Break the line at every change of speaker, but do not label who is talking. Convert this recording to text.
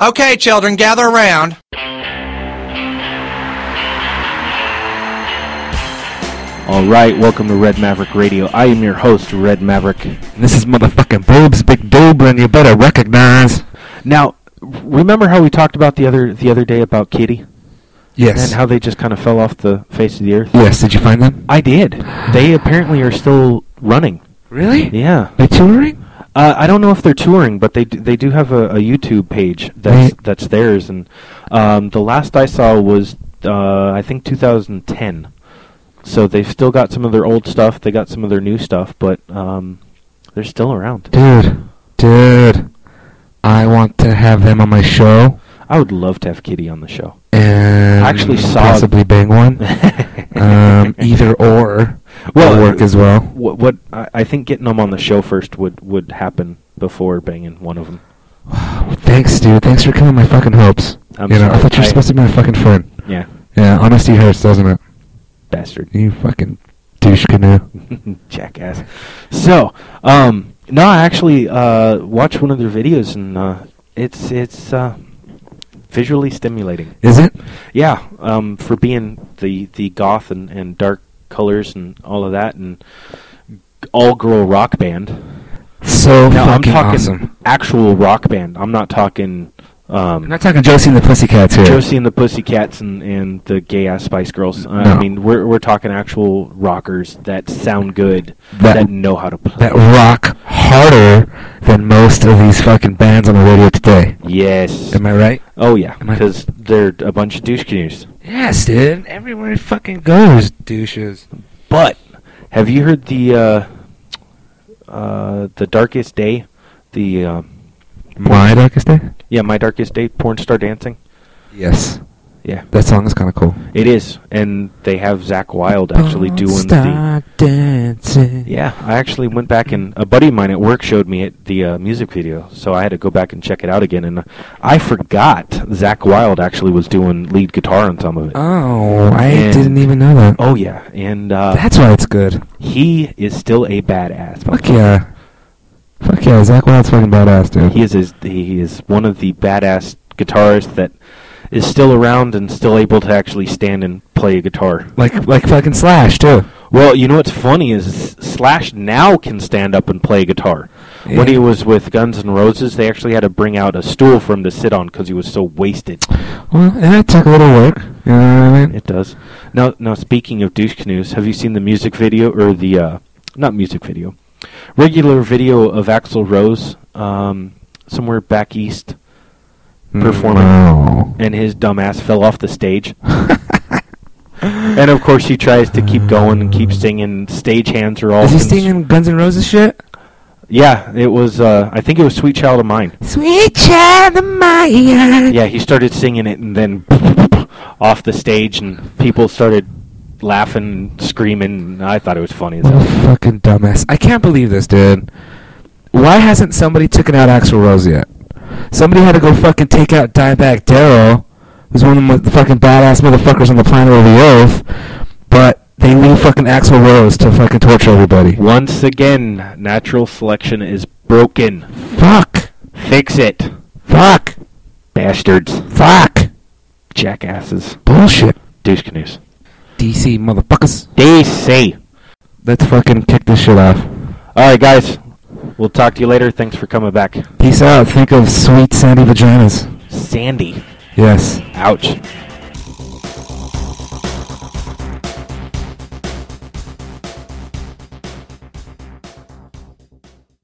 Okay, children, gather around.
All right, welcome to Red Maverick Radio. I am your host, Red Maverick. And this is motherfucking boobs, big doob, and you better recognize. Now, remember how we talked about the other the other day about Kitty
Yes.
and how they just kind of fell off the face of the earth?
yes. Did you find them?
I did. They apparently are still running.
really?
Yeah.
They touring?
Uh, I don't know if they're touring, but they do, they do have a, a YouTube page that's
Right.
that's theirs, and um, the last I saw was uh, I think 2010. So they've still got some of their old stuff. They got some of their new stuff, but um, they're still around.
Dude, dude, I want to have them on my show.
I would love to have Kitty on the show.
And
I actually saw-
possibly bang one. um, either or
Well,
will work as well.
What, what I, I think getting them on the show first would would happen before banging one of them.
Thanks, dude. Thanks for killing my fucking hopes.
I'm
you know, I
sorry.
thought you were
I-
supposed to be my fucking friend.
Yeah,
Yeah, honesty hurts, doesn't it?
bastard.
You fucking douche canoe.
jackass. So, um, no, I actually uh, watched one of their videos, and uh, it's it's uh, visually stimulating.
Is it?
Yeah, um, for being the the goth and, and dark colors and all of that, and all girl rock band.
So
Now I'm
fucking
talking
awesome.
actual rock band. I'm not talking. Um,
I'm not talking Josie and the Pussycats here.
Josie and the Pussycats and, and the gay ass Spice Girls. Uh, I
No.
mean, we're we're talking actual rockers that sound good, that,
That-
know how to play.
that rock harder than most of these fucking bands on the radio today.
yes.
Am I right?
oh yeah,
am I-
because they're a bunch of douche canoes.
Yes, dude. Everywhere it fucking goes, douches.
But have you heard the uh, uh, the Darkest Day? The uh,
My darkest day?
yeah, my Darkest Day porn star dancing.
Yes.
Yeah,
That song is kind of cool.
it is, and they have Zach Wilde actually doing the.
dancing.
Yeah, I actually went back and a buddy of mine at work showed me it, the uh, music video, so I had to go back and check it out again. And uh, I forgot Zach Wilde actually was doing lead guitar on some of it.
Oh, I
And-
didn't even know that.
oh yeah, and uh,
That's why it's good.
he is still a badass.
Fuck yeah. Fuck yeah, Zach Wilde's fucking badass, dude.
He is his, he is one of the badass guitarists that is still around and still able to actually stand and play a guitar.
like like fucking Slash too.
Well, you know what's funny is Slash now can stand up and play guitar. When
Yeah.
he was with Guns N' Roses, they actually had to bring out a stool for him to sit on because he was so wasted.
Well, and it took a little work. You know what I mean?
It does. Now, now speaking of douche canoes, have you seen the music video or the uh, not music video, regular video of Axl Rose um, somewhere back east performing,
No.
and his dumbass fell off the stage. And of course, he tries to keep going and keep singing. Stage hands are all.
Is he
cons-
singing Guns N' Roses shit?
Yeah, it was. Uh, I think it was "Sweet Child of Mine."
Sweet child of mine.
Yeah, he started singing it, and then off the stage, and people started laughing, screaming. I thought it was funny as
What a
hell.
fucking dumbass. I can't believe this, dude. Why hasn't somebody taken out Axl Rose yet? Somebody had to go fucking take out Dieback Daryl, who's one of the mo- the fucking badass motherfuckers on the planet of the earth, but they leave fucking Axl Rose to fucking torture everybody.
Once again, natural selection is broken.
Fuck.
Fix it,
Fuck.
bastards,
Fuck.
jackasses,
Bullshit.
douche canoes.
DC motherfuckers.
DC.
Let's fucking kick this shit off.
All right, guys. We'll talk to you later. Thanks for coming back,
Peace out. Think of sweet sandy vaginas.
Sandy.
Yes.
Ouch.